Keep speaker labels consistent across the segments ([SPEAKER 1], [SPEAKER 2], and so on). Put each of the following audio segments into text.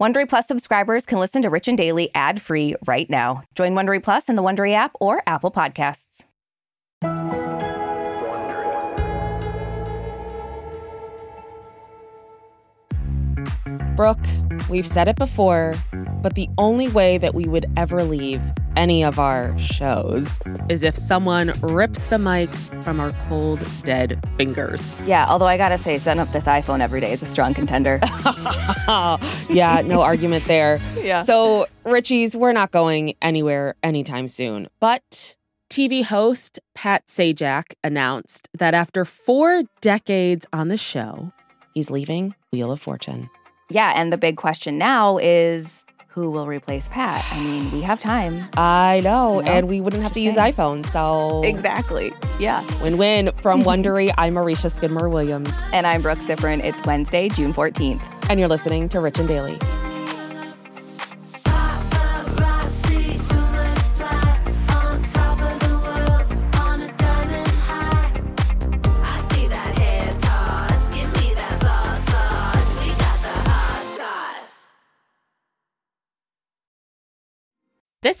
[SPEAKER 1] Wondery Plus subscribers can listen to Rich and Daily ad free right now. Join Wondery Plus in the Wondery app or Apple Podcasts.
[SPEAKER 2] Brooke, we've said it before, but the only way that we would ever leave any of our shows is if someone rips the mic from our cold, dead fingers.
[SPEAKER 1] Yeah, although I gotta say, setting up this iPhone every day is a strong contender.
[SPEAKER 2] Ah, yeah, no argument there.
[SPEAKER 1] Yeah.
[SPEAKER 2] So, Richie's, we're not going anywhere anytime soon. But TV host Pat Sajak announced that after four decades on the show, he's leaving Wheel of Fortune.
[SPEAKER 1] yeah, and the big question now is who will replace Pat? I mean, we have time.
[SPEAKER 2] I know,
[SPEAKER 1] You know?
[SPEAKER 2] and we wouldn't have to use
[SPEAKER 1] Just saying.
[SPEAKER 2] iPhones, so
[SPEAKER 1] Exactly. Yeah.
[SPEAKER 2] Win win from Wondery. I'm Marisha Skidmore Williams,
[SPEAKER 1] And I'm Brooke Ziffrin. It's Wednesday, June 14th.
[SPEAKER 2] and you're listening to Rich and Daily. This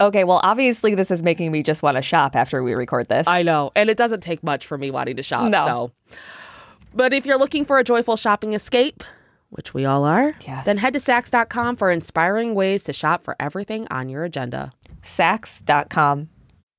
[SPEAKER 1] Okay, well, obviously, this is making me just want to shop after we record this.
[SPEAKER 2] I know. And it doesn't take much for me wanting to shop.
[SPEAKER 1] No.
[SPEAKER 2] So. But if you're looking for a joyful shopping escape, which we all are,
[SPEAKER 1] Yes.
[SPEAKER 2] then head to Saks.com for inspiring ways to shop for everything on your agenda.
[SPEAKER 1] Saks.com.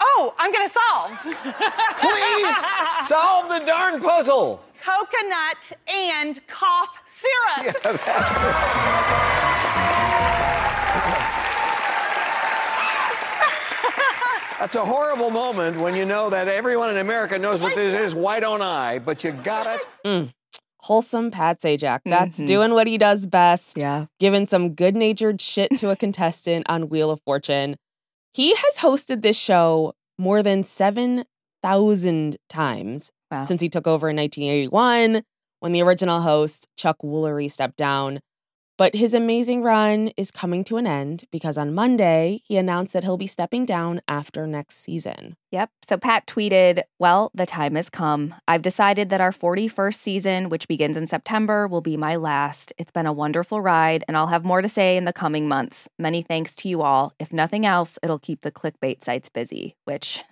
[SPEAKER 3] Oh, I'm gonna solve
[SPEAKER 4] Please solve the darn puzzle.
[SPEAKER 3] coconut and cough syrup.
[SPEAKER 4] That's a horrible moment when you know that everyone in America knows what this is. Why don't I? But you got it.
[SPEAKER 2] Wholesome Pat Sajak. That's doing what he does best.
[SPEAKER 1] Yeah.
[SPEAKER 2] Giving some good natured shit to a contestant on Wheel of Fortune. He has hosted this show more than 7,000 times
[SPEAKER 1] Wow.
[SPEAKER 2] since he took over in 1981 when the original host, Chuck Woolery, stepped down. But his amazing run is coming to an end because on Monday, he announced that he'll be stepping down after next season.
[SPEAKER 1] Yep. So Pat tweeted, Well, the time has come. I've decided that our 41st season, which begins in September, will be my last. It's been a wonderful ride, and I'll have more to say in the coming months. Many thanks to you all. If nothing else, it'll keep the clickbait sites busy, which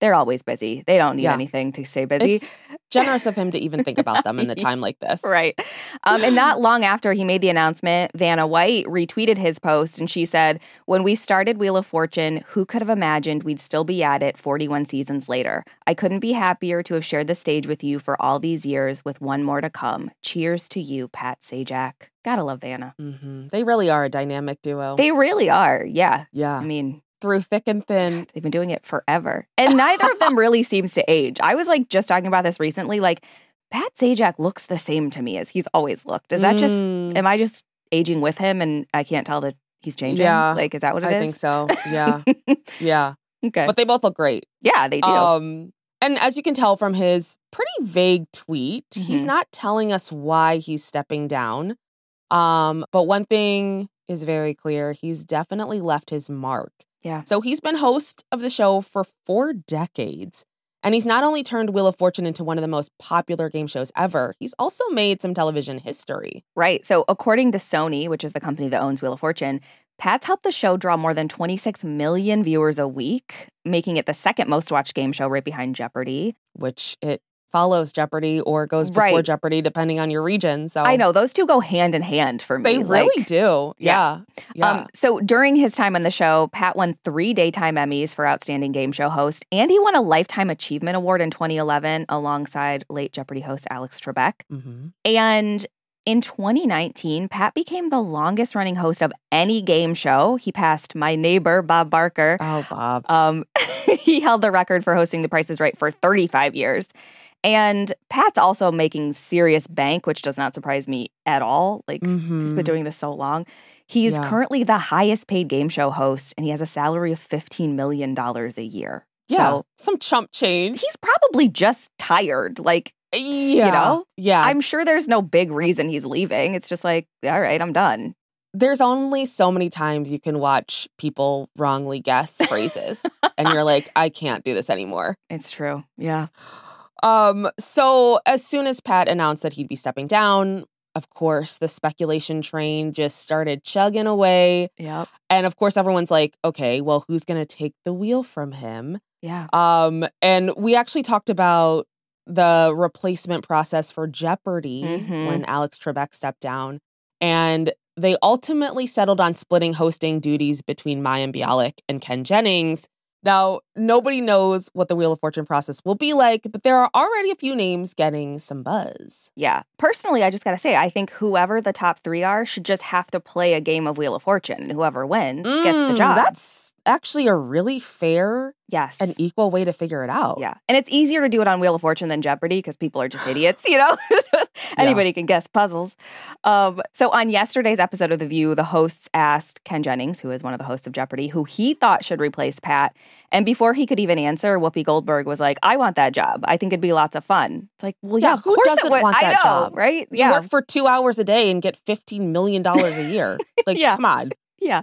[SPEAKER 1] they're always busy. They don't need
[SPEAKER 2] Yeah.
[SPEAKER 1] anything to stay busy.
[SPEAKER 2] It's generous of him to even think about them in a time like this.
[SPEAKER 1] Right. Um, and not long after he made the announcement, Vanna White retweeted his post and she said, When we started Wheel of Fortune, who could have imagined we'd still be at it 41 seasons later? I couldn't be happier to have shared the stage with you for all these years with one more to come. Cheers to you, Pat Sajak. Gotta love Vanna.
[SPEAKER 2] hmm They really are a dynamic duo.
[SPEAKER 1] They really are. Yeah.
[SPEAKER 2] yeah.
[SPEAKER 1] I mean,
[SPEAKER 2] through thick and thin.
[SPEAKER 1] They've been doing it forever. And neither of them really seems to age. I was like just talking about this recently. Like, Pat Sajak looks the same to me as he's always looked. Is that just,
[SPEAKER 2] Mm.
[SPEAKER 1] am I just aging with him and I can't tell that he's changing?
[SPEAKER 2] Yeah.
[SPEAKER 1] Like, is that what it
[SPEAKER 2] I
[SPEAKER 1] is?
[SPEAKER 2] think so. Yeah. yeah.
[SPEAKER 1] Okay.
[SPEAKER 2] But they both look great.
[SPEAKER 1] yeah, they do.
[SPEAKER 2] Um and as you can tell from his pretty vague tweet, he's
[SPEAKER 1] Mhm.
[SPEAKER 2] not telling us why he's stepping down. Um but one thing is very clear, he's definitely left his mark.
[SPEAKER 1] Yeah.
[SPEAKER 2] So he's been host of the show for 4 decades. And he's not only turned Wheel of Fortune into one of the most popular game shows ever, he's also made some television history.
[SPEAKER 1] Right. So, according to Sony, which is the company that owns Wheel of Fortune, Pat's helped the show draw more than 26 million viewers a week, making it the second most watched game show right behind Jeopardy.
[SPEAKER 2] which it follows Jeopardy or goes before
[SPEAKER 1] Right.
[SPEAKER 2] Jeopardy, depending on your region. So
[SPEAKER 1] I know those two go hand in hand for me.
[SPEAKER 2] Oh. they really
[SPEAKER 1] like-
[SPEAKER 2] do.
[SPEAKER 1] Yeah.
[SPEAKER 2] Yeah, yeah.
[SPEAKER 1] Um, so during his time on the show, Pat won three daytime Emmys for Outstanding Game Show Host, and he won a Lifetime Achievement Award in 2011 alongside late Jeopardy host Alex Trebek.
[SPEAKER 2] Mhm.
[SPEAKER 1] And in 2019, Pat became the longest running host of any game show. He passed my neighbor, Bob Barker.
[SPEAKER 2] Oh, Bob.
[SPEAKER 1] Um, he held the record for hosting The Price is Right for 35 years. And Pat's also making serious bank, which does not surprise me at all. Like, he's been
[SPEAKER 2] Mhm.
[SPEAKER 1] doing this so long. He's
[SPEAKER 2] Yeah.
[SPEAKER 1] currently the highest paid game show host, and he has a salary of $15 million a year.
[SPEAKER 2] Yeah,
[SPEAKER 1] So
[SPEAKER 2] some chump change.
[SPEAKER 1] he's probably just tired. Like,
[SPEAKER 2] Yeah,
[SPEAKER 1] know?
[SPEAKER 2] yeah.
[SPEAKER 1] I'm sure there's no big reason he's leaving. It's just like, all right, I'm done.
[SPEAKER 2] There's only so many times you can watch people wrongly guess phrases, and you're like, I can't do this anymore.
[SPEAKER 1] It's true. Yeah.
[SPEAKER 2] Um, so as soon as Pat announced that he'd be stepping down, of course, the speculation train just started chugging away.
[SPEAKER 1] Yep.
[SPEAKER 2] And of course, everyone's like, okay, well, who's going to take the wheel from him?
[SPEAKER 1] Yeah.
[SPEAKER 2] Um, and we actually talked about the replacement process for Jeopardy
[SPEAKER 1] Mhm.
[SPEAKER 2] when Alex Trebek stepped down. And they ultimately settled on splitting hosting duties between Mayim Bialik and Ken Jennings. Now, nobody knows what the Wheel of Fortune process will be like, but there are already a few names getting some buzz.
[SPEAKER 1] Yeah. Personally, I just got to say, I think whoever the top three are should just have to play a game of Wheel of Fortune. and Whoever wins gets the
[SPEAKER 2] Mm,
[SPEAKER 1] job.
[SPEAKER 2] That's actually a really fair
[SPEAKER 1] yes.
[SPEAKER 2] and equal way to figure it out.
[SPEAKER 1] yeah. And it's easier to do it on Wheel of Fortune than Jeopardy because people are just idiots, you know? Anybody can guess puzzles. Um, so on yesterday's episode of The View, the hosts asked Ken Jennings, who is one of the hosts of Jeopardy, who he thought should replace Pat. And before he could even answer, Whoopi Goldberg was like, I want that job. I think it'd be lots of fun. It's like, well, yeah,
[SPEAKER 2] Yeah,
[SPEAKER 1] of
[SPEAKER 2] who
[SPEAKER 1] course it
[SPEAKER 2] doesn't
[SPEAKER 1] would.
[SPEAKER 2] want
[SPEAKER 1] I
[SPEAKER 2] that
[SPEAKER 1] know,
[SPEAKER 2] job?
[SPEAKER 1] right?
[SPEAKER 2] You work for two hours a day and get $15 million a year. Like,
[SPEAKER 1] Yeah.
[SPEAKER 2] come on.
[SPEAKER 1] Yeah.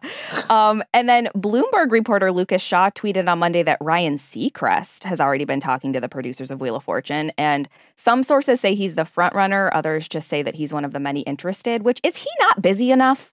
[SPEAKER 1] Um, and then Bloomberg reporter Lucas Shaw tweeted on Monday that Ryan Seacrest has already been talking to the producers of Wheel of Fortune. And some sources say he's the front runner, others just say that he's one of the many interested, which is he not busy enough?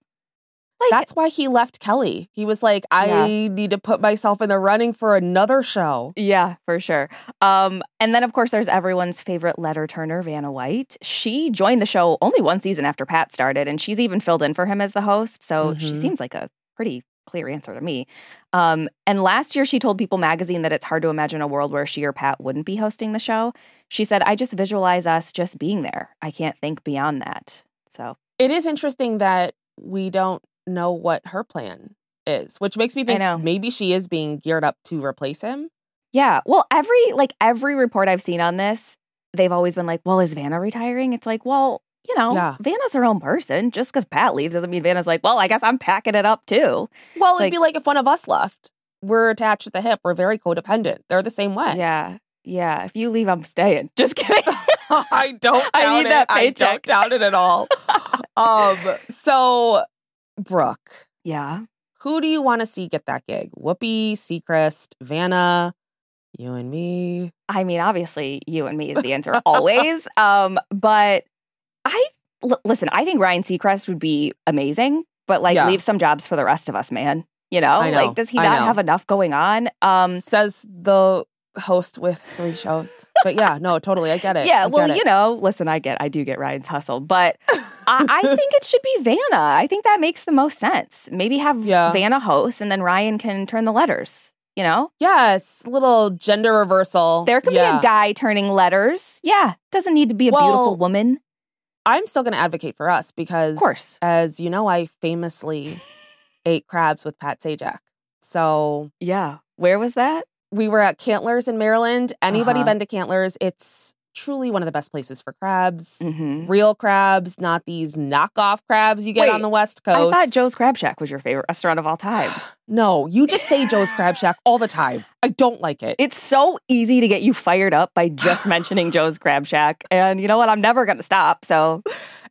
[SPEAKER 1] Like,
[SPEAKER 2] That's why he left Kelly. He was like, I need to put myself in the running for another show.
[SPEAKER 1] yeah, for sure. Um, and then, of course, there's everyone's favorite letter turner, Vanna White. She joined the show only one season after Pat started, and she's even filled in for him as the host. So she
[SPEAKER 2] Mhm.
[SPEAKER 1] seems like a pretty clear answer to me. Um, and last year, she told People magazine that it's hard to imagine a world where she or Pat wouldn't be hosting the show. She said, I just visualize us just being there. I can't think beyond that. So,
[SPEAKER 2] It is interesting that we don't know what her plan is, which makes me think
[SPEAKER 1] know.
[SPEAKER 2] maybe she is being geared up to replace him.
[SPEAKER 1] yeah. Well, every, like, every report I've seen on this, they've always been like, well, is Vanna retiring? It's like, well, you know,
[SPEAKER 2] Yeah.
[SPEAKER 1] Vanna's her own person. Just because Pat leaves doesn't mean Vanna's like, well, I guess I'm packing it up too.
[SPEAKER 2] Well, it'd
[SPEAKER 1] Like-
[SPEAKER 2] be like if one of us left. We're attached at the hip. We're very codependent. They're the same way.
[SPEAKER 1] Yeah. Yeah. If you leave, I'm staying. Just kidding.
[SPEAKER 2] I don't doubt
[SPEAKER 1] I need
[SPEAKER 2] it.
[SPEAKER 1] that
[SPEAKER 2] I
[SPEAKER 1] paycheck.
[SPEAKER 2] don't doubt it at all. um, so, Brooke,
[SPEAKER 1] yeah.
[SPEAKER 2] who do you want to see get that gig? Whoopi, Seacrest, Vanna, you and me.
[SPEAKER 1] I mean, obviously, you and me is the answer always. Um, but I l- listen. I think Ryan Seacrest would be amazing, but like,
[SPEAKER 2] Yeah.
[SPEAKER 1] leave some jobs for the rest of us, man. You know,
[SPEAKER 2] I know.
[SPEAKER 1] like, does he
[SPEAKER 2] I
[SPEAKER 1] not
[SPEAKER 2] know.
[SPEAKER 1] have enough going on? Um,
[SPEAKER 2] says the host with three shows. But yeah, no, totally, I get it.
[SPEAKER 1] yeah. Well, you know, listen, I get, I do get Ryan's hustle, but I, I think it should be Vanna. I think that makes the most sense. Maybe have
[SPEAKER 2] Yeah.
[SPEAKER 1] Vanna host, and then Ryan can turn the letters. You know,
[SPEAKER 2] yes, little gender reversal.
[SPEAKER 1] there can be
[SPEAKER 2] Yeah.
[SPEAKER 1] a guy turning letters. Yeah, doesn't need to be a
[SPEAKER 2] Well,
[SPEAKER 1] beautiful woman.
[SPEAKER 2] I'm still going to advocate for us because,
[SPEAKER 1] course.
[SPEAKER 2] as you know, I famously ate crabs with Pat Sajak. So
[SPEAKER 1] Yeah. Where was that?
[SPEAKER 2] we were at Cantler's in Maryland. Anybody
[SPEAKER 1] Uh-huh.
[SPEAKER 2] been to Cantler's? It's truly one of the best places for crabs.
[SPEAKER 1] Mm-hmm.
[SPEAKER 2] Real crabs, not these knockoff crabs you get
[SPEAKER 1] Wait,
[SPEAKER 2] on the West Coast.
[SPEAKER 1] I thought Joe's Crab Shack was your favorite restaurant of all time.
[SPEAKER 2] no, you just say Joe's Crab Shack all the time. I don't like it.
[SPEAKER 1] It's so easy to get you fired up by just mentioning Joe's Crab Shack. And you know what? I'm never going to stop. So,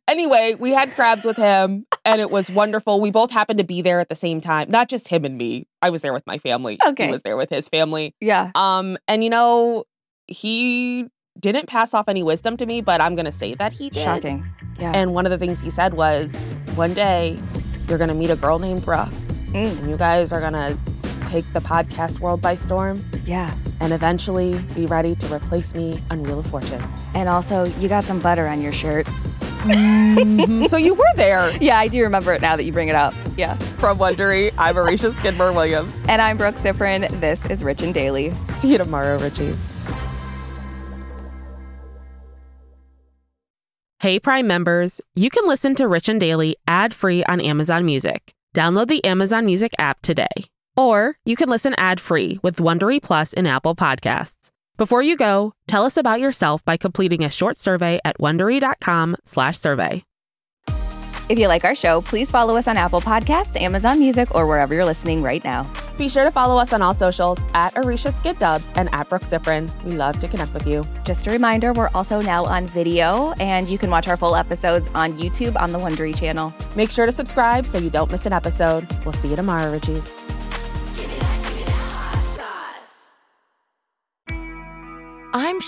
[SPEAKER 2] Anyway, we had crabs with him and it was wonderful. We both happened to be there at the same time, not just him and me. I was there with my family.
[SPEAKER 1] Okay.
[SPEAKER 2] He was there with his family.
[SPEAKER 1] yeah.
[SPEAKER 2] Um and you know, he didn't pass off any wisdom to me, but I'm going to say that he did.
[SPEAKER 1] Shocking. Yeah.
[SPEAKER 2] And one of the things he said was, one day you're going to meet a girl named Brooke,
[SPEAKER 1] Mm.
[SPEAKER 2] and you guys are going to take the podcast world by storm
[SPEAKER 1] yeah.
[SPEAKER 2] and eventually be ready to replace me on Wheel of Fortune.
[SPEAKER 1] And also, you got some butter on your shirt. Mm.
[SPEAKER 2] so you were there
[SPEAKER 1] Yeah, I do remember it now that you bring it up. Yeah.
[SPEAKER 2] from Wondery. I'm Arisha Skidmore Williams.
[SPEAKER 1] And I'm Brooke Sifrin. This is Rich and Daily.
[SPEAKER 2] See you tomorrow, Richies. Hey, Prime members, you can listen to Rich and Daily ad free on Amazon Music. Download the Amazon Music app today. Or you can listen ad free with Wondery Plus in Apple Podcasts. Before you go, tell us about yourself by completing a short survey at wondery.com/slash survey.
[SPEAKER 1] If you like our show, please follow us on Apple Podcasts, Amazon Music, or wherever you're listening right now.
[SPEAKER 2] Be sure to follow us on all socials at Arisha Skid Dubs and at Brooke Sifrin. We love to connect with you.
[SPEAKER 1] Just a reminder, we're also now on video, and you can watch our full episodes on YouTube on the Wondery channel.
[SPEAKER 2] Make sure to subscribe so you don't miss an episode. We'll see you tomorrow, Richies.
[SPEAKER 5] I'm